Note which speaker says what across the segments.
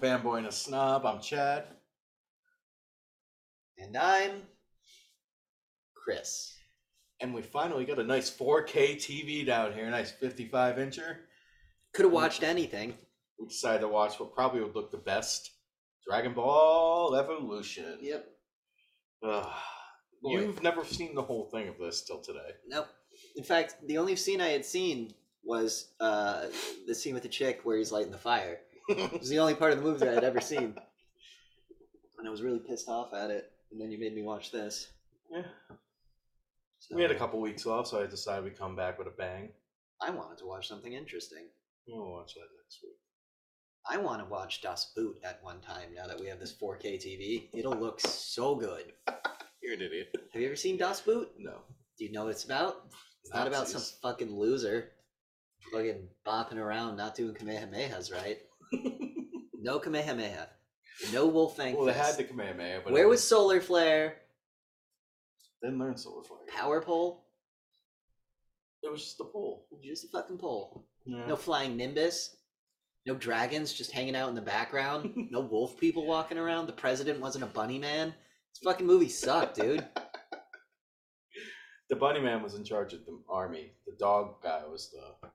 Speaker 1: fanboy and a snob. I'm Chad.
Speaker 2: And I'm Chris.
Speaker 1: And we finally got a nice 4K TV down here, nice 55 incher.
Speaker 2: Could have watched anything.
Speaker 1: We decided to watch what probably would look the best Dragon Ball Evolution.
Speaker 2: Yep.
Speaker 1: Ugh.
Speaker 2: Boy.
Speaker 1: you've never seen the whole thing of this till today.
Speaker 2: Nope. In fact, the only scene I had seen was uh, the scene with the chick where he's lighting the fire. It was the only part of the movie that I'd ever seen. And I was really pissed off at it. And then you made me watch this.
Speaker 1: Yeah.
Speaker 2: So,
Speaker 1: We had a couple weeks off, so I decided we'd come back with a bang.
Speaker 2: I wanted to watch something interesting.
Speaker 1: We'll watch that next week.
Speaker 2: I want to watch Das Boot at one time now that we have this 4K TV. It'll look so good.
Speaker 1: You're an idiot.
Speaker 2: Have you ever seen Das Boot?
Speaker 1: No.
Speaker 2: Do you know what it's about? It's not about some
Speaker 1: Nazis.
Speaker 2: fucking loser fucking bopping around not doing Kamehamehas right. no Kamehameha. No Wolfang
Speaker 1: Well, they had
Speaker 2: Fist.
Speaker 1: the Kamehameha, but
Speaker 2: Where
Speaker 1: it
Speaker 2: was Solar Flare?
Speaker 1: Didn't learn solar flare.
Speaker 2: Power Pole?
Speaker 1: It was just the pool.
Speaker 2: Just a fucking pole.
Speaker 1: Yeah.
Speaker 2: No Flying Nimbus? No dragons just hanging out in the background? no wolf people walking around? The president wasn't a bunny man? This fucking movie sucked, dude.
Speaker 1: The bunny man was in charge of the army. The dog guy was the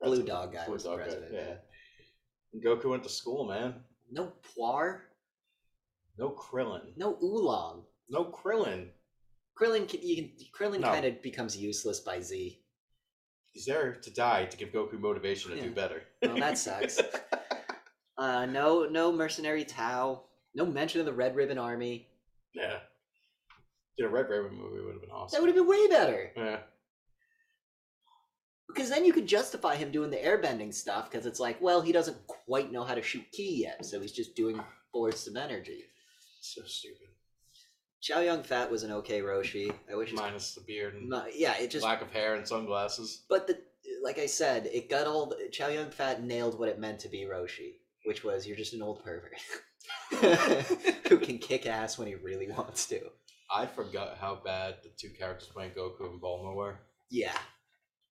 Speaker 2: Blue
Speaker 1: president.
Speaker 2: dog guy was the
Speaker 1: dog guy,
Speaker 2: president,
Speaker 1: yeah.
Speaker 2: yeah.
Speaker 1: And Goku went to school, man.
Speaker 2: No Poir?
Speaker 1: No Krillin.
Speaker 2: No Oolong?
Speaker 1: No Krillin.
Speaker 2: Krillin, can, you can, Krillin
Speaker 1: No.
Speaker 2: kind of becomes useless by Z.
Speaker 1: He's there to die to give Goku motivation to
Speaker 2: Yeah.
Speaker 1: do better.
Speaker 2: Well, that sucks. Uh, no, no mercenary Tao. No mention of the Red Ribbon Army.
Speaker 1: yeah. Did a Red Raven movie would have been
Speaker 2: That
Speaker 1: awesome.
Speaker 2: would have been way better
Speaker 1: yeah.
Speaker 2: because then you could justify him doing the airbending stuff because it's like, well, he doesn't quite know how to shoot ki yet, so he's just doing force of energy.
Speaker 1: So stupid.
Speaker 2: Chow Yun Fat was an okay Roshi. I wish. his-
Speaker 1: Minus the beard and
Speaker 2: No, yeah, it just.
Speaker 1: lack of hair and sunglasses.
Speaker 2: But the like I said, it got all the, Chow Yun Fat nailed what it meant to be Roshi, which was you're just an old pervert who can kick ass when he really wants to.
Speaker 1: I forgot how bad the two characters playing Goku and Bulma were.
Speaker 2: Yeah.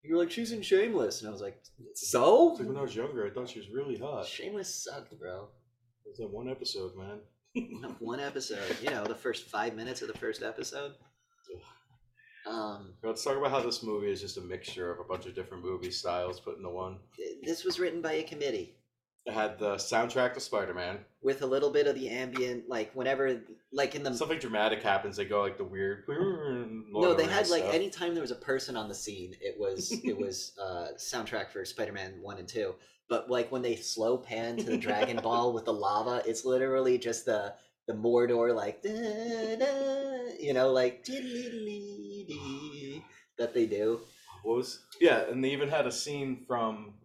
Speaker 2: You were like, she's in Shameless. And I was like, so?
Speaker 1: It's like when I was younger, I thought she was really hot.
Speaker 2: Shameless sucked, bro.
Speaker 1: It was that one episode, man.
Speaker 2: Not One episode, you know, the first five minutes of the first episode. Um,
Speaker 1: Let's talk about how this movie is just a mixture of a bunch of different movie styles put into one.
Speaker 2: th- this was written by a committee
Speaker 1: It had the soundtrack to Spider Man.
Speaker 2: with a little bit of the ambient, like whenever, like in the
Speaker 1: Something dramatic happens, they go like the weird.
Speaker 2: no,
Speaker 1: No,
Speaker 2: they had like anytime there was a person on the scene, it was it was uh, soundtrack for Spider Man One and Two. But like when they slow pan to the Dragon Ball with the lava, it's literally just the the Mordor like da, da, you know like diddly-diddly-dee that they do.
Speaker 1: What was? Yeah, and they even had a scene from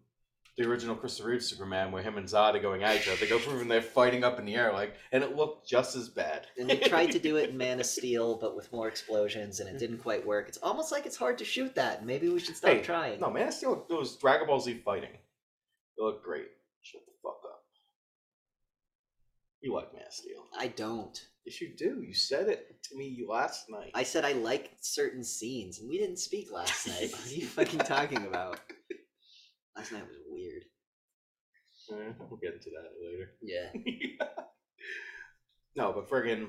Speaker 1: the original Christopher Reeve Superman where him and Zod are going at each other. They go through and they're fighting up in the air, like, and it looked just as bad.
Speaker 2: And they tried to do it in Man of Steel, but with more explosions, and it didn't quite work. It's almost like it's hard to shoot that. Maybe we should stop
Speaker 1: Hey,
Speaker 2: trying.
Speaker 1: No, man, I still those Dragon Ball Z fighting. It looked great. Shut the fuck up. You like Man of Steel?
Speaker 2: I don't.
Speaker 1: Yes, you do. You said it to me last night.
Speaker 2: I said I like certain scenes, and we didn't speak last night. What are you fucking talking about? Last night was weird.
Speaker 1: Eh, we'll get into that later.
Speaker 2: Yeah.
Speaker 1: no, but friggin',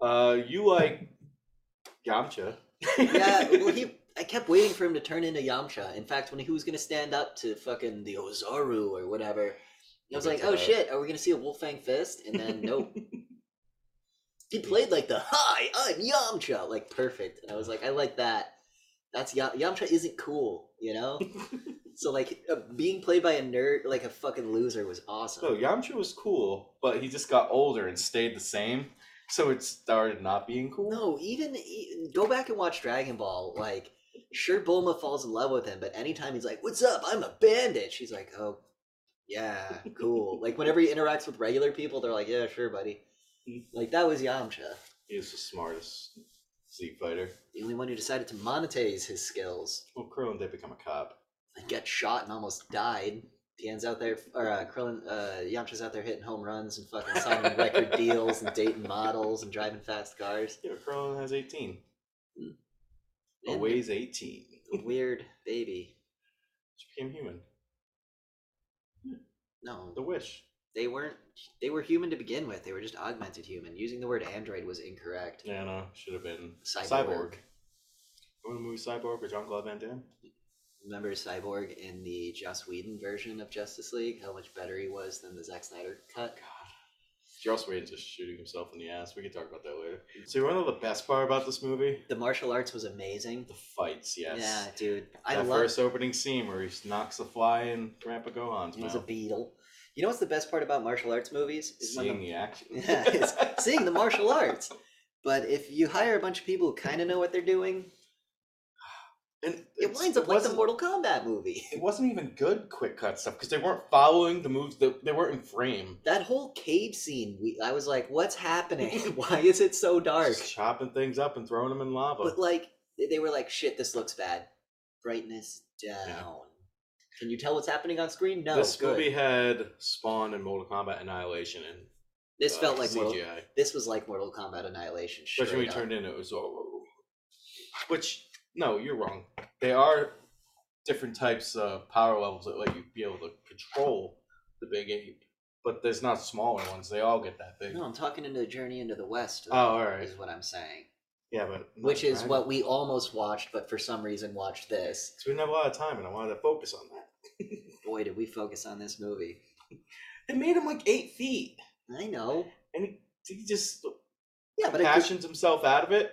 Speaker 1: uh, you like Yamcha?
Speaker 2: Yeah. Well, he. I kept waiting for him to turn into Yamcha. In fact, when he was gonna stand up to fucking the Ozaru or whatever, I was
Speaker 1: We'll
Speaker 2: like,
Speaker 1: get to
Speaker 2: "Oh
Speaker 1: that.
Speaker 2: shit, are we gonna see a Wolfang Fist?" And then nope. He played like the "Hi, I'm Yamcha" like perfect, and I was like, "I like that." That's Yam- Yamcha isn't cool, you know. so like uh, being played by a nerd, like a fucking loser, was awesome.
Speaker 1: No, Yamcha was cool, but he just got older and stayed the same, so it started not being cool.
Speaker 2: No, even e- go back and watch Dragon Ball. Like, sure, Bulma falls in love with him, but anytime he's like, "What's up? I'm a bandit," she's like, "Oh, yeah, cool." like whenever he interacts with regular people, they're like, "Yeah, sure, buddy."
Speaker 1: Mm.
Speaker 2: Like that was Yamcha,
Speaker 1: He's the smartest Z fighter.
Speaker 2: the only one who decided to monetize his skills.
Speaker 1: Well, Krillin did become a cop.
Speaker 2: Like, got shot and almost died. Tien's out there, or uh, Krillin, uh, Yamcha's out there hitting home runs and fucking signing record deals and dating models and driving fast cars.
Speaker 1: Yeah, Krillin has 18.
Speaker 2: And
Speaker 1: But weighs 18.
Speaker 2: a weird baby.
Speaker 1: She became human.
Speaker 2: No,
Speaker 1: The Wish.
Speaker 2: They weren't. They were human to begin with. They were just augmented human. Using the word android was incorrect.
Speaker 1: Yeah, no, should have been
Speaker 2: Cyborg.
Speaker 1: Cyborg. Remember the movie Cyborg with John Claude Van Damme?
Speaker 2: Remember Cyborg in the Joss Whedon version of Justice League? How much better he was than the Zack Snyder cut.
Speaker 1: Joss Whedon's just shooting himself in the ass. We can talk about that later. So you want to know the best part about this movie?
Speaker 2: The martial arts was amazing.
Speaker 1: The fights, yes.
Speaker 2: Yeah, dude. I
Speaker 1: that
Speaker 2: love.
Speaker 1: first opening scene where he knocks the fly in Grandpa Gohan's
Speaker 2: He was a
Speaker 1: mouth.
Speaker 2: beetle. You know what's the best part about martial arts movies? Is when
Speaker 1: Seeing the action.
Speaker 2: the, yeah, it's seeing the martial arts. But if you hire a bunch of people who kind of know what they're doing,
Speaker 1: and
Speaker 2: it
Speaker 1: it's-
Speaker 2: winds up like the
Speaker 1: wasn't-
Speaker 2: Mortal Kombat movie.
Speaker 1: It wasn't even good quick cut stuff because they weren't following the moves. That, they weren't in frame.
Speaker 2: That whole cave scene, we, I was like, "What's happening? Why is it so dark?"
Speaker 1: Just chopping things up and throwing them in lava.
Speaker 2: But like, they they were like, "Shit, this looks bad. Brightness down." Can you tell what's happening on screen? No.
Speaker 1: this
Speaker 2: good.
Speaker 1: movie had Spawn and Mortal Kombat Annihilation and
Speaker 2: This
Speaker 1: uh,
Speaker 2: felt like Mortal.
Speaker 1: CGI.
Speaker 2: This was like Mortal Kombat Annihilation.
Speaker 1: Especially when you
Speaker 2: straight up.
Speaker 1: turned in, it was all. Which no, you're wrong. They are different types of power levels that let you be able to control the big ape, but there's not smaller ones. They all get that big.
Speaker 2: No, I'm talking into Journey into the West.
Speaker 1: Oh, all right.
Speaker 2: is what I'm saying.
Speaker 1: Yeah, but
Speaker 2: Which is
Speaker 1: Right.
Speaker 2: what we almost watched, but for some reason watched this.
Speaker 1: 'Cause we didn't have a lot of time, and I wanted to focus on that.
Speaker 2: Boy, did we focus on this movie.
Speaker 1: It made him like eight feet.
Speaker 2: I know.
Speaker 1: He just
Speaker 2: Yeah, but it could-
Speaker 1: passions himself out of it.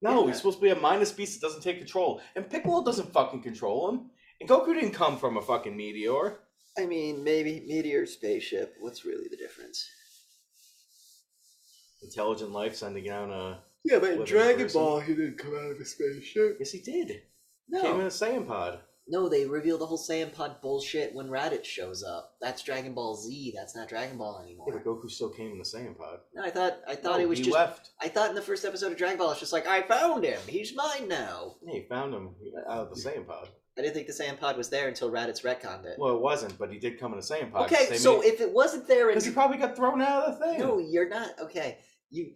Speaker 1: No,
Speaker 2: Yeah.
Speaker 1: he's supposed to be a minus beast that doesn't take control, and Piccolo doesn't fucking control him. And Goku didn't come from a fucking meteor.
Speaker 2: I mean, maybe meteor spaceship. What's really the difference?
Speaker 1: Intelligent life sending down a.
Speaker 2: Yeah, but
Speaker 1: in Living Dragon person. Ball,
Speaker 2: he didn't come out of a spaceship.
Speaker 1: Yes, he did. Came in
Speaker 2: No,
Speaker 1: a Saiyan pod.
Speaker 2: no, they reveal the whole Saiyan pod bullshit when Raditz shows up. That's Dragon Ball Z. That's not Dragon Ball
Speaker 1: Yeah, but
Speaker 2: anymore.
Speaker 1: Goku still came in the Saiyan pod.
Speaker 2: No, I thought I thought
Speaker 1: No,
Speaker 2: it was
Speaker 1: he
Speaker 2: just.
Speaker 1: left.
Speaker 2: I thought in the first episode of Dragon Ball, it's just like I found him. He's mine now.
Speaker 1: Yeah, he found him out of the Saiyan pod.
Speaker 2: I didn't think the Saiyan pod was there until Raditz retconned it.
Speaker 1: Well, it wasn't, but he did come in a Saiyan pod.
Speaker 2: okay, so if it wasn't there,
Speaker 1: because
Speaker 2: and
Speaker 1: he probably got thrown out of the thing.
Speaker 2: no, you're not okay. You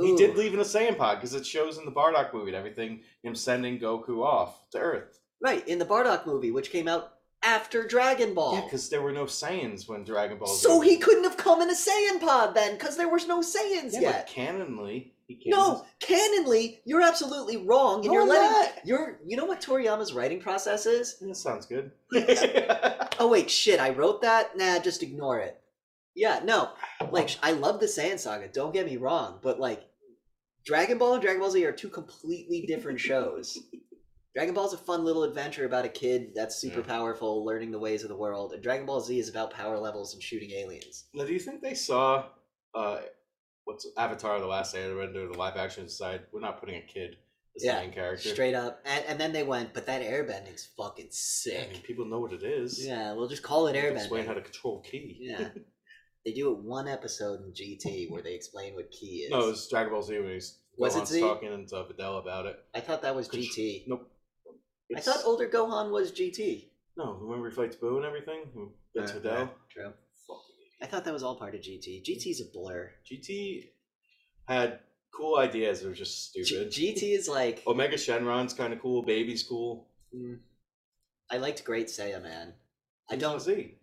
Speaker 1: He did
Speaker 2: Ooh.
Speaker 1: leave in a Saiyan pod because it shows in the Bardock movie and everything him sending Goku off to Earth.
Speaker 2: right in the Bardock movie, which came out after Dragon Ball.
Speaker 1: Yeah, because there were no Saiyans when Dragon Ball. Z
Speaker 2: so
Speaker 1: was-
Speaker 2: he couldn't have come in a Saiyan pod then, because there was no Saiyans
Speaker 1: yeah, but
Speaker 2: yet.
Speaker 1: canonly he came.
Speaker 2: No, canonly, you're absolutely wrong, and
Speaker 1: No,
Speaker 2: you're
Speaker 1: I'm
Speaker 2: letting
Speaker 1: not.
Speaker 2: you're. You know what Toriyama's writing process is?
Speaker 1: That sounds good.
Speaker 2: Oh wait, shit, I wrote that. Nah, just ignore it. Yeah, no, like sh- I love the Saiyan saga. Don't get me wrong, but like Dragon Ball and Dragon Ball Z are two completely different shows. Dragon Ball's a fun little adventure about a kid that's super
Speaker 1: Yeah.
Speaker 2: powerful, learning the ways of the world, and Dragon Ball Z is about power levels and shooting aliens.
Speaker 1: Now, do you think they saw uh, what's Avatar: The Last Airbender, the live action decide we're not putting a kid as
Speaker 2: Yeah,
Speaker 1: the main character?
Speaker 2: Straight up. And, and then they went, but that airbending's fucking
Speaker 1: Yeah, I mean,
Speaker 2: sick.
Speaker 1: people know what it is.
Speaker 2: Yeah, we'll just call it
Speaker 1: They can Explain how
Speaker 2: airbending.
Speaker 1: to control ki.
Speaker 2: Yeah. They do it one episode in GT where they explain what key is.
Speaker 1: No, it was Dragon Ball Z when he's
Speaker 2: Was it
Speaker 1: Gohan's
Speaker 2: Z?
Speaker 1: talking and to Videl about it.
Speaker 2: I thought that was
Speaker 1: Contr-
Speaker 2: GT.
Speaker 1: Nope.
Speaker 2: I
Speaker 1: It's-
Speaker 2: thought older Gohan was GT.
Speaker 1: No, remember he fights Boo and everything? Who gets
Speaker 2: Uh,
Speaker 1: Videl?
Speaker 2: yeah, True.
Speaker 1: Fucking
Speaker 2: I thought that was all part of GT. GT's a blur.
Speaker 1: GT had cool ideas, they were just
Speaker 2: G-
Speaker 1: stupid.
Speaker 2: GT is like,
Speaker 1: Omega Shenron's kind of cool, Baby's cool.
Speaker 2: mm, I liked Great Saiya, man. I
Speaker 1: Who's
Speaker 2: don't.
Speaker 1: Z.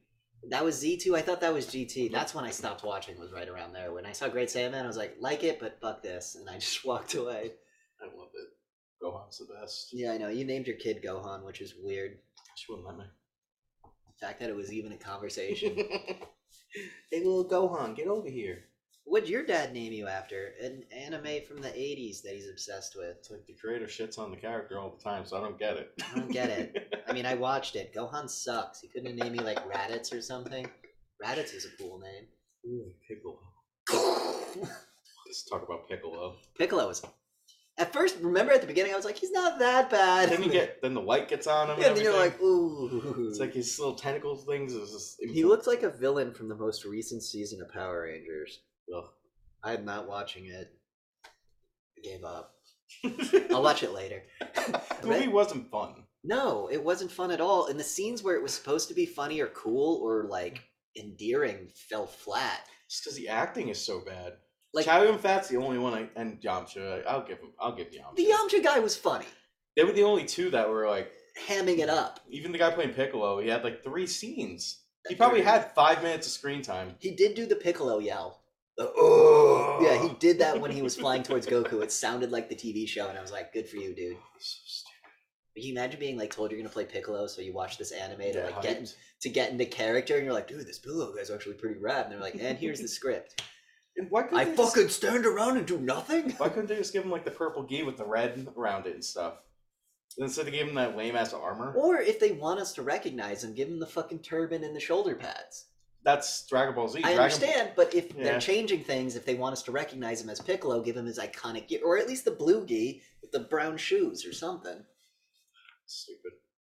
Speaker 2: That was Z2. I thought that was GT. That's when I stopped watching, was right around there. When I saw Great Saiya, man, I was like, like it, but fuck this. And I just walked away.
Speaker 1: I love it. Gohan's the best.
Speaker 2: Yeah, I know. You named your kid Gohan, which is weird.
Speaker 1: She wouldn't let me.
Speaker 2: The fact that it was even a conversation.
Speaker 1: hey, little Gohan, get over here.
Speaker 2: What'd your dad name you after? An anime from the 80s that he's obsessed with.
Speaker 1: It's like the creator shits on the character all the time, so I don't get it.
Speaker 2: I don't get it. I mean, I watched it. Gohan sucks. He couldn't have named me like Raditz or something. Raditz is a cool
Speaker 1: Ooh, Piccolo.
Speaker 2: name.
Speaker 1: Let's talk about Piccolo.
Speaker 2: Piccolo is. At first, remember at the beginning, I was like, he's not that bad.
Speaker 1: then you get, then the light gets on him.
Speaker 2: yeah,
Speaker 1: and
Speaker 2: then you're
Speaker 1: everything.
Speaker 2: like, ooh.
Speaker 1: It's like his little tentacle things. Is just
Speaker 2: he looked like a villain from the most recent season of Power Rangers.
Speaker 1: Ugh.
Speaker 2: I'm not watching it. I gave up. I'll watch it later.
Speaker 1: the movie wasn't fun.
Speaker 2: No, it wasn't fun at all. And the scenes where it was supposed to be funny or cool or like endearing fell flat.
Speaker 1: Just because the acting is so bad.
Speaker 2: Like
Speaker 1: Chow Yun Fat's the only one I and Yamcha. I, I'll give him. I'll give Yamcha.
Speaker 2: the Yamcha guy was funny,
Speaker 1: they were the only two that were like.
Speaker 2: hamming it up.
Speaker 1: Even the guy playing Piccolo, he had like three scenes. He probably had five minutes of screen time.
Speaker 2: He did do the Piccolo yell. The-
Speaker 1: Oh,
Speaker 2: Yeah, he did that when he was flying towards Goku. It sounded like the TV show, and I was like, "Good for you, dude." Can you imagine being like told you're gonna play Piccolo, so you watch this anime to like get in- to get into character, and you're like, "Dude, this Piccolo guy's actually pretty rad." And they're like, "And here's the script."
Speaker 1: And why couldn't
Speaker 2: I
Speaker 1: they
Speaker 2: fucking stand around and do nothing.
Speaker 1: Just, why couldn't they just give him like the purple gi with the red around it and stuff? And instead, they gave him that lame ass armor.
Speaker 2: Or if they want us to recognize him, give him the fucking turban and the shoulder pads.
Speaker 1: That's Dragon Ball Z.
Speaker 2: I
Speaker 1: Dragon Ball-
Speaker 2: understand, but if
Speaker 1: Yeah.
Speaker 2: they're changing things, if they want us to recognize him as Piccolo, give him his iconic gear, or at least the blue gi with the brown shoes or something.
Speaker 1: Stupid.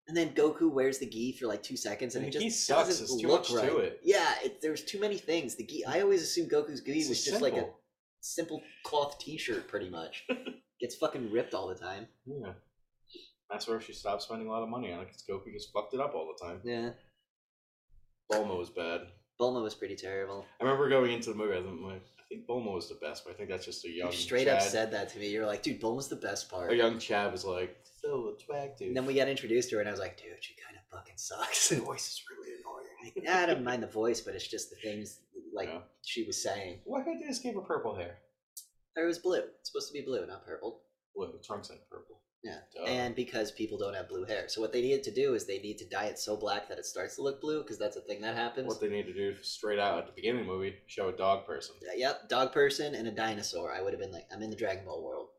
Speaker 2: And then Goku wears the gi for like two seconds, and
Speaker 1: And
Speaker 2: it
Speaker 1: the
Speaker 2: just
Speaker 1: gi sucks,
Speaker 2: doesn't
Speaker 1: there's too
Speaker 2: look
Speaker 1: much to
Speaker 2: right.
Speaker 1: it.
Speaker 2: Yeah, it, there's too many things. The gi. I always assumed Goku's gi
Speaker 1: It's
Speaker 2: was just like a simple cloth T-shirt, pretty much. Gets fucking ripped all the time.
Speaker 1: Yeah. That's where she stopped spending a lot of money on it because Goku just fucked it up all the time.
Speaker 2: Yeah,
Speaker 1: Bulma was bad.
Speaker 2: Bulma was pretty terrible.
Speaker 1: I remember going into the movie, I, think, like, I think Bulma was the best, but I think that's just a young
Speaker 2: You straight
Speaker 1: Chad. Oh,
Speaker 2: up said that to me. You're like, dude, Bulma's the best part.
Speaker 1: A young Chad was like, so attractive.
Speaker 2: And then we got introduced to her, and I was like, dude, she kind of fucking sucks.
Speaker 1: The voice is really annoying.
Speaker 2: I don't mind the voice, but it's just the things like
Speaker 1: Yeah.
Speaker 2: she was saying.
Speaker 1: Why can't they just give her purple hair?
Speaker 2: Her was blue. It's supposed to be blue, not purple.
Speaker 1: Well, Trunks had purple.
Speaker 2: Yeah.
Speaker 1: Duh.
Speaker 2: and because people don't have blue hair. So what they needed to do is they need to dye it so black that it starts to look blue, because that's a thing that happens.
Speaker 1: what they need to do straight out at the beginning of the movie, show a dog person.
Speaker 2: Yeah, Uh, yep, dog person and a dinosaur. I would have been like, I'm in the Dragon Ball world.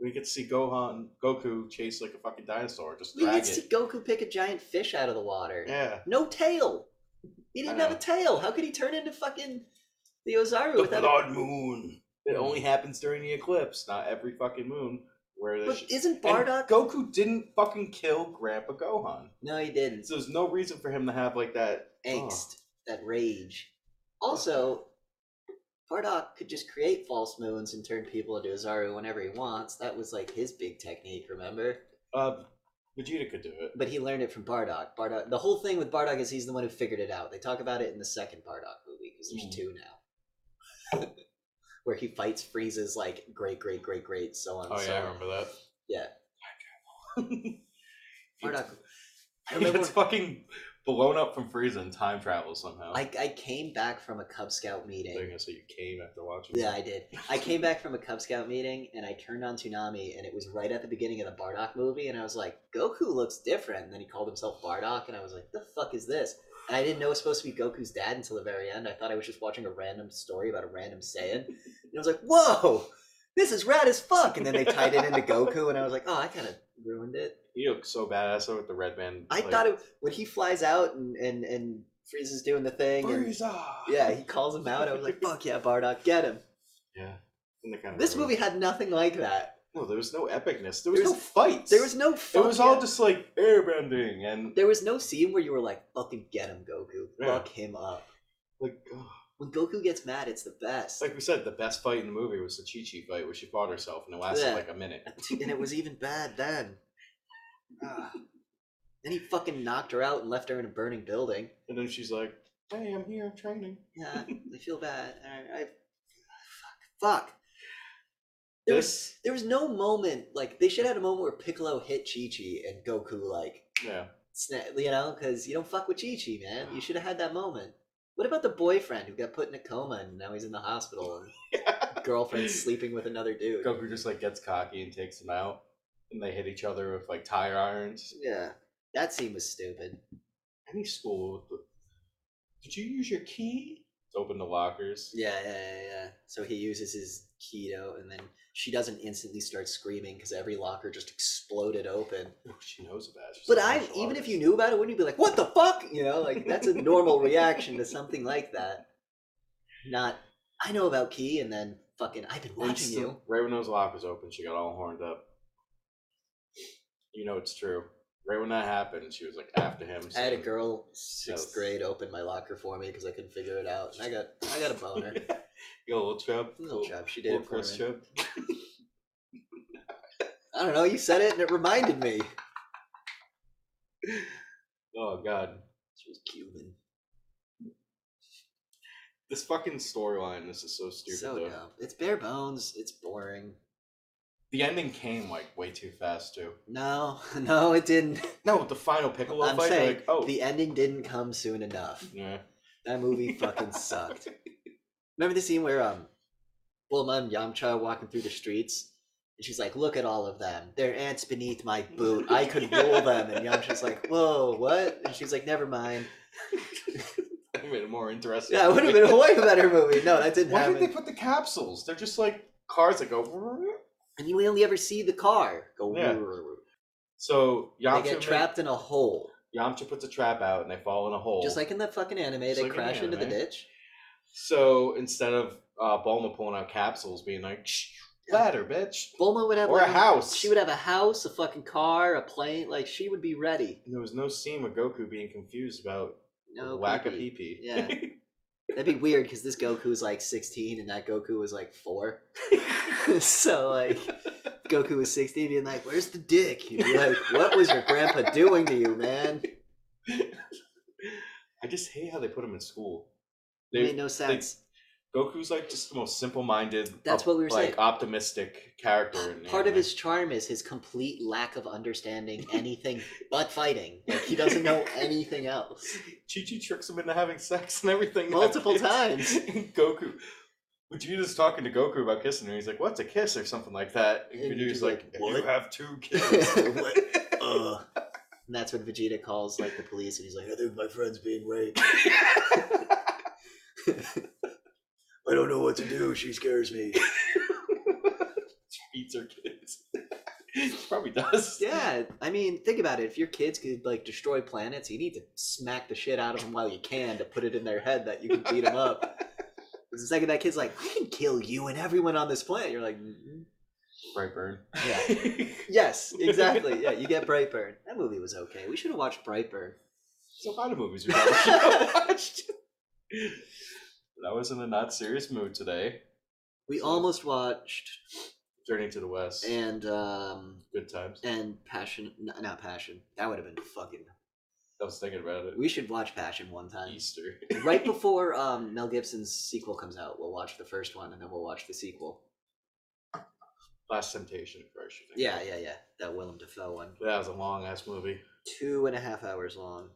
Speaker 1: We get to see Gohan, Goku chase like a fucking dinosaur, just
Speaker 2: We
Speaker 1: drag
Speaker 2: did
Speaker 1: it.
Speaker 2: see Goku pick a giant fish out of the water.
Speaker 1: yeah.
Speaker 2: No tail. He didn't
Speaker 1: I
Speaker 2: have a
Speaker 1: know.
Speaker 2: tail. How could he turn into fucking the Ozaru
Speaker 1: The
Speaker 2: without? a-
Speaker 1: blood moon. It only happens during the eclipse, not every fucking moon. Where there's
Speaker 2: But isn't
Speaker 1: And
Speaker 2: Bardock?
Speaker 1: Goku didn't fucking kill Grandpa Gohan.
Speaker 2: no, he didn't.
Speaker 1: So there's no reason for him to have like that
Speaker 2: angst, that rage. Also, Bardock could just create false moons and turn people into Azaru whenever he wants. That was like his big technique, remember?
Speaker 1: Oh, uh, Vegeta could do it.
Speaker 2: But he learned it from Bardock. Bardock. The whole thing with Bardock is he's the one who figured it out. They talk about it in the second Bardock movie because there's
Speaker 1: Mm.
Speaker 2: two now, where he fights freezes like great, great, great, great, so on.
Speaker 1: Oh
Speaker 2: and so
Speaker 1: yeah, I
Speaker 2: on.
Speaker 1: remember that.
Speaker 2: Yeah.
Speaker 1: Bardock.
Speaker 2: Bardock. I
Speaker 1: He
Speaker 2: remember
Speaker 1: gets
Speaker 2: when-
Speaker 1: fucking blown up from Frieza and time travels somehow.
Speaker 2: I, I came back from a Cub Scout meeting.
Speaker 1: They're gonna say you came after watching.
Speaker 2: Yeah, I did. I came back from a Cub Scout meeting and I turned on Toonami and it was right at the beginning of the Bardock movie and I was like, Goku looks different. And then he called himself Bardock and I was like, the fuck is this? And I didn't know it was supposed to be Goku's dad until the very end. I thought I was just watching a random story about a random Saiyan. And I was like, whoa, this is rad as fuck. And then they tied it into Goku and I was like, oh, I kind of ruined it.
Speaker 1: He looked so badass over with the red man.
Speaker 2: I thought it, when he flies out and, and, and Frieza's doing the thing and
Speaker 1: Frieza.
Speaker 2: yeah, he calls him out. I was like, fuck yeah, Bardock, get him.
Speaker 1: Yeah. And they kind of
Speaker 2: This movie had nothing like that.
Speaker 1: No, there was no epicness. There was,
Speaker 2: There was-
Speaker 1: no fights.
Speaker 2: There was no.
Speaker 1: It
Speaker 2: fuck
Speaker 1: was all
Speaker 2: yeah.
Speaker 1: just like airbending and
Speaker 2: There was no scene where you were like, "Fucking get him, Goku!
Speaker 1: Yeah.
Speaker 2: Fuck him up."
Speaker 1: like. ugh.
Speaker 2: When Goku gets mad, it's the best,
Speaker 1: Like we said, the best fight in the movie was the Chi Chi fight, where she fought herself, and it lasted
Speaker 2: Yeah.
Speaker 1: like a minute.
Speaker 2: and it was even bad then. Ah. then he fucking knocked her out and left her in a burning building.
Speaker 1: And then she's like, "Hey, I'm here. I'm training."
Speaker 2: Yeah, I feel bad. I, I, fuck, fuck. There was
Speaker 1: This,
Speaker 2: there was no moment like they should have had a moment where Piccolo hit Chi Chi and Goku like
Speaker 1: yeah,
Speaker 2: sna- you know, because you don't fuck with Chi Chi, man. You should have had that moment. What about the boyfriend who got put in a coma and now he's in the hospital and girlfriend's sleeping with another dude?
Speaker 1: Goku just like gets cocky and takes him out, and they hit each other with like tire irons.
Speaker 2: Yeah, that scene was stupid.
Speaker 1: Any school? Did you use your key to open the lockers?
Speaker 2: Yeah, yeah, yeah, yeah. So he uses his keto, and then she doesn't instantly start screaming because every locker just exploded open.
Speaker 1: Oh, she knows about it. She's
Speaker 2: But
Speaker 1: a
Speaker 2: I,
Speaker 1: martial
Speaker 2: even if
Speaker 1: artist.
Speaker 2: you knew about it, wouldn't you be like, "What the fuck?" You know, like that's a normal reaction to something like that. Not, I know about Key, and then fucking, I've been watching
Speaker 1: Instant-
Speaker 2: you.
Speaker 1: Right when those lockers opened, she got all horned up. You know it's true. Right when that happened, she was like after him.
Speaker 2: I had a
Speaker 1: so-
Speaker 2: girl sixth
Speaker 1: Yes.
Speaker 2: grade open my locker for me because I couldn't figure it out, and I got I got a boner.
Speaker 1: You got a little chub.
Speaker 2: Little chub, she did
Speaker 1: Little
Speaker 2: it for me.
Speaker 1: Chris chub.
Speaker 2: I don't know. You said it, and it reminded me.
Speaker 1: Oh god,
Speaker 2: She was Cuban,
Speaker 1: this fucking storyline. This is so stupid.
Speaker 2: so
Speaker 1: though.
Speaker 2: dumb. It's bare bones. It's boring.
Speaker 1: The ending came like way too fast too.
Speaker 2: No, no, it didn't.
Speaker 1: No, the final Piccolo
Speaker 2: I'm
Speaker 1: fight.
Speaker 2: saying
Speaker 1: Like, oh,
Speaker 2: the ending didn't come soon enough.
Speaker 1: yeah.
Speaker 2: That movie fucking sucked. Remember the scene where um Bulma and Yamcha are walking through the streets and she's like, Look at all of them. They're ants beneath my boot. I could rule them and Yamcha's like, Whoa, what? And she's like, Never mind.
Speaker 1: That made it more interesting.
Speaker 2: Yeah, it would have been a way better movie. No, that didn't
Speaker 1: Why
Speaker 2: happen.
Speaker 1: did they put the capsules? They're just like cars that go.
Speaker 2: And you only ever see the car go
Speaker 1: Yeah.
Speaker 2: "Rrrr."
Speaker 1: So Yamcha
Speaker 2: They get
Speaker 1: ma-
Speaker 2: trapped in a hole.
Speaker 1: Yamcha puts a trap out and they fall in a hole.
Speaker 2: Just like in that fucking anime,
Speaker 1: Just
Speaker 2: they
Speaker 1: like in the
Speaker 2: crash into the
Speaker 1: anime.
Speaker 2: ditch.
Speaker 1: so instead of uh, Bulma pulling out capsules, being like Shh, ladder, bitch,
Speaker 2: Bulma would have
Speaker 1: or a
Speaker 2: like,
Speaker 1: house.
Speaker 2: She would have a house, a fucking car, a plane. Like she would be ready.
Speaker 1: And there was no scene with Goku being confused about
Speaker 2: No
Speaker 1: whack a pee pee.
Speaker 2: pee-pee. Yeah. That'd be weird because this Goku's like 16 and that Goku was like 4. so, like, Goku was 16 being like, Where's the dick? He'd be like, What was your grandpa doing to you, man?
Speaker 1: I just hate how they put him in school.
Speaker 2: It
Speaker 1: They,
Speaker 2: made no sense.
Speaker 1: Goku's like just the most simple minded.
Speaker 2: That's what we were
Speaker 1: like
Speaker 2: saying.
Speaker 1: optimistic character. In the
Speaker 2: Part of
Speaker 1: anime.
Speaker 2: his charm is his complete lack of understanding anything but fighting. Like, he doesn't know anything else.
Speaker 1: Chi Chi tricks him into having sex and everything.
Speaker 2: Multiple
Speaker 1: happens.
Speaker 2: times.
Speaker 1: And Goku. Vegeta's talking to Goku about kissing her. He's like, "What's a kiss?" or something like that. And,
Speaker 2: And
Speaker 1: Vegeta's
Speaker 2: Vegeta's
Speaker 1: like,
Speaker 2: like, "What?" Uh.
Speaker 1: "You have two kids."
Speaker 2: What? Ugh. And that's when Vegeta calls, like, the police and he's like, I think my friend's being raped. I don't know what to do. She scares me.
Speaker 1: Beats her kids. He Probably does.
Speaker 2: Yeah, I mean, think about it. If your kids could like destroy planets, you need to smack the shit out of them while you can to put it in their head that you can beat them up. 'Cause the second that kid's like, I can kill you and everyone on this planet, you're like, "Mhm."
Speaker 1: Brightburn.
Speaker 2: yeah, yes, exactly. Yeah, you get Brightburn. That movie was okay. We should have watched Brightburn.
Speaker 1: There's a lot of movies we haven't watched. But I was in a not serious mood today.
Speaker 2: We almost watched
Speaker 1: Journey to the West.
Speaker 2: and um
Speaker 1: Good times.
Speaker 2: and Passion, n- not Passion. That would have been fucking.
Speaker 1: I was thinking about it.
Speaker 2: We should watch Passion one time.
Speaker 1: Easter.
Speaker 2: right before um, Mel Gibson's sequel comes out, we'll watch the first one and then we'll watch the sequel.
Speaker 1: Last Temptation version.
Speaker 2: Yeah, yeah, yeah. That Willem Dafoe one.
Speaker 1: That was a long ass movie.
Speaker 2: Two and a half hours long.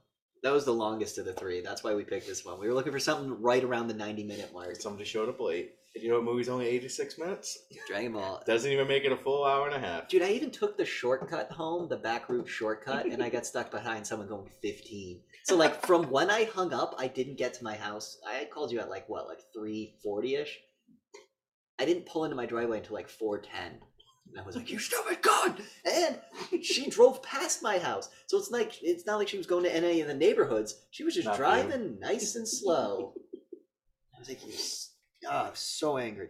Speaker 2: That was the longest of the three. That's why we picked this one. We were looking for something right around the 90 minute mark.
Speaker 1: Somebody showed up late. And you know what movie's only 86 minutes?
Speaker 2: Dragon Ball.
Speaker 1: Doesn't even make it a full hour and a half.
Speaker 2: Dude, I even took the shortcut home, the back route shortcut, and I got stuck behind someone going 15. So, like, from when I hung up, I didn't get to my house. I called you at, like, what, like 3.40 ish? I didn't pull into my driveway until, like, 4.10. And I was like, you stupid god! And she drove past my house. So it's like, it's not like she was going to any of the neighborhoods. She was just
Speaker 1: Not you.
Speaker 2: driving nice and slow. I was like, you s- oh, I'm so angry.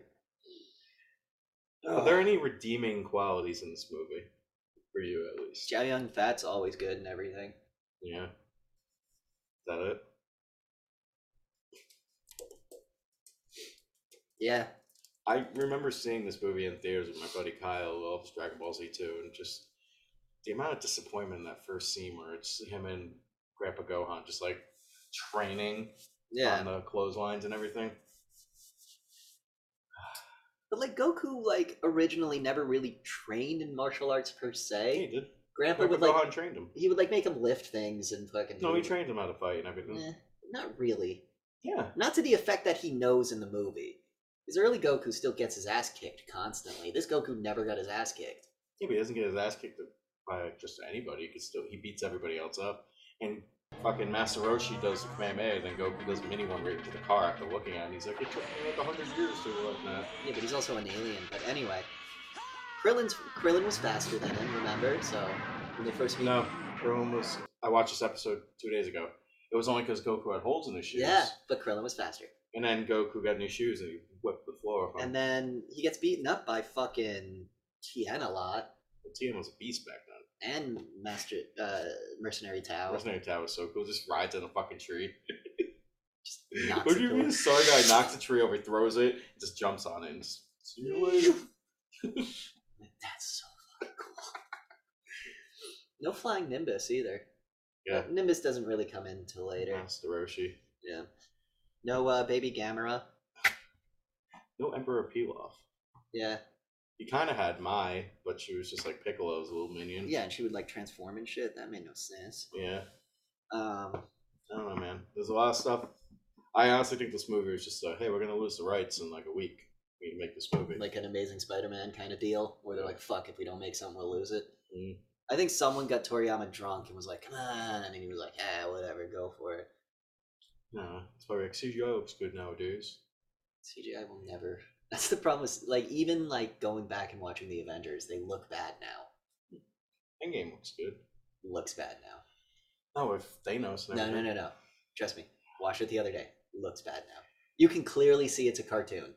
Speaker 1: Are there any redeeming qualities in this movie? For you, at least.
Speaker 2: Jia Young Fat's always good and everything.
Speaker 1: Yeah. Is that it?
Speaker 2: Yeah.
Speaker 1: I remember seeing this movie in theaters with my buddy Kyle, who loves Dragon Ball Z too, and just the amount of disappointment in that first scene where it's him and Grandpa Gohan just like training
Speaker 2: Yeah.
Speaker 1: on the clotheslines and everything.
Speaker 2: But like Goku like originally never really trained in martial arts per
Speaker 1: Yeah, he
Speaker 2: se.
Speaker 1: did. Grandpa
Speaker 2: Grandpa would like
Speaker 1: Gohan trained him.
Speaker 2: he would like make him lift things and fucking
Speaker 1: No, he
Speaker 2: do-
Speaker 1: trained him how to fight and everything.
Speaker 2: Eh, not really.
Speaker 1: Yeah.
Speaker 2: Not to the effect that he knows in the movie. His early Goku still gets his ass kicked constantly. This Goku never got his ass kicked.
Speaker 1: Yeah, but he doesn't get his ass kicked by just anybody. He could still he beats everybody else up. And fucking Master Roshi does the Kamehameha, and then Goku does a mini one right into the car after looking at it. And he's like, it took me like a hundred years to learn that.
Speaker 2: Yeah, but he's also an alien. But anyway, Krillin's Krillin was faster than him. Remember? So when they first meet,
Speaker 1: No, Krillin was. I watched this episode two days ago. It was only because Goku had holes in his shoes.
Speaker 2: yeah, but Krillin was faster.
Speaker 1: And then Goku got new shoes and he whipped the floor off him.
Speaker 2: And then he gets beaten up by fucking Tien a lot.
Speaker 1: Tien was a beast back then.
Speaker 2: and Master uh, Mercenary Tao.
Speaker 1: Resonator Tower was so cool. Just rides on a fucking tree.
Speaker 2: Just knocks
Speaker 1: What do
Speaker 2: it
Speaker 1: you
Speaker 2: to
Speaker 1: mean?
Speaker 2: him.
Speaker 1: The star guy knocks a tree over, throws it, just jumps on it, and just, see you later.
Speaker 2: Like, That's so fucking cool. No flying Nimbus either.
Speaker 1: Yeah. Mm-hmm.
Speaker 2: Well, Nimbus doesn't really come in till later.
Speaker 1: Master Roshi.
Speaker 2: No uh, baby Gamera.
Speaker 1: No Emperor Pilaf.
Speaker 2: Yeah.
Speaker 1: He kind of had Mai, but she was just like Piccolo's little minion.
Speaker 2: Yeah, and she would like transform and shit. That made no sense.
Speaker 1: Mm-hmm. Yeah.
Speaker 2: Um,
Speaker 1: I don't know, man. There's a lot of stuff. I honestly think this movie was just like, hey, we're gonna lose the rights in like a week. We need to make this movie.
Speaker 2: like an amazing Spider-Man kind of deal, where they're like, "Fuck, if we don't make something, we'll lose it."
Speaker 1: Mm.
Speaker 2: I think someone got Toriyama drunk and was like, "Come on," and he was like, "Ah, whatever, go for it."
Speaker 1: no, it's probably like CGI looks good nowadays.
Speaker 2: CGI will never. That's the problem. With, like even like going back and watching the Avengers, they look bad now.
Speaker 1: Endgame looks good.
Speaker 2: Looks bad now.
Speaker 1: No, if Thanos. and
Speaker 2: No, no,
Speaker 1: everything.
Speaker 2: no, no. Trust me. Watched it the other day. Looks bad now. You can clearly see it's a cartoon.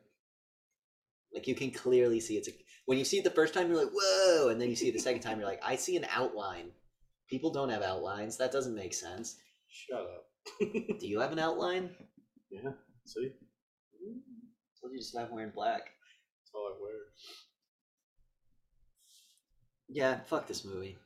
Speaker 2: Like you can clearly see it's a when you see it the first time you're like whoa, and then you see it the second time you're like I see an outline. People don't have outlines. That doesn't make sense.
Speaker 1: Shut up.
Speaker 2: Do you have an outline?
Speaker 1: See,
Speaker 2: Told you to stop wearing black.
Speaker 1: that's all I wear.
Speaker 2: Yeah, fuck this movie.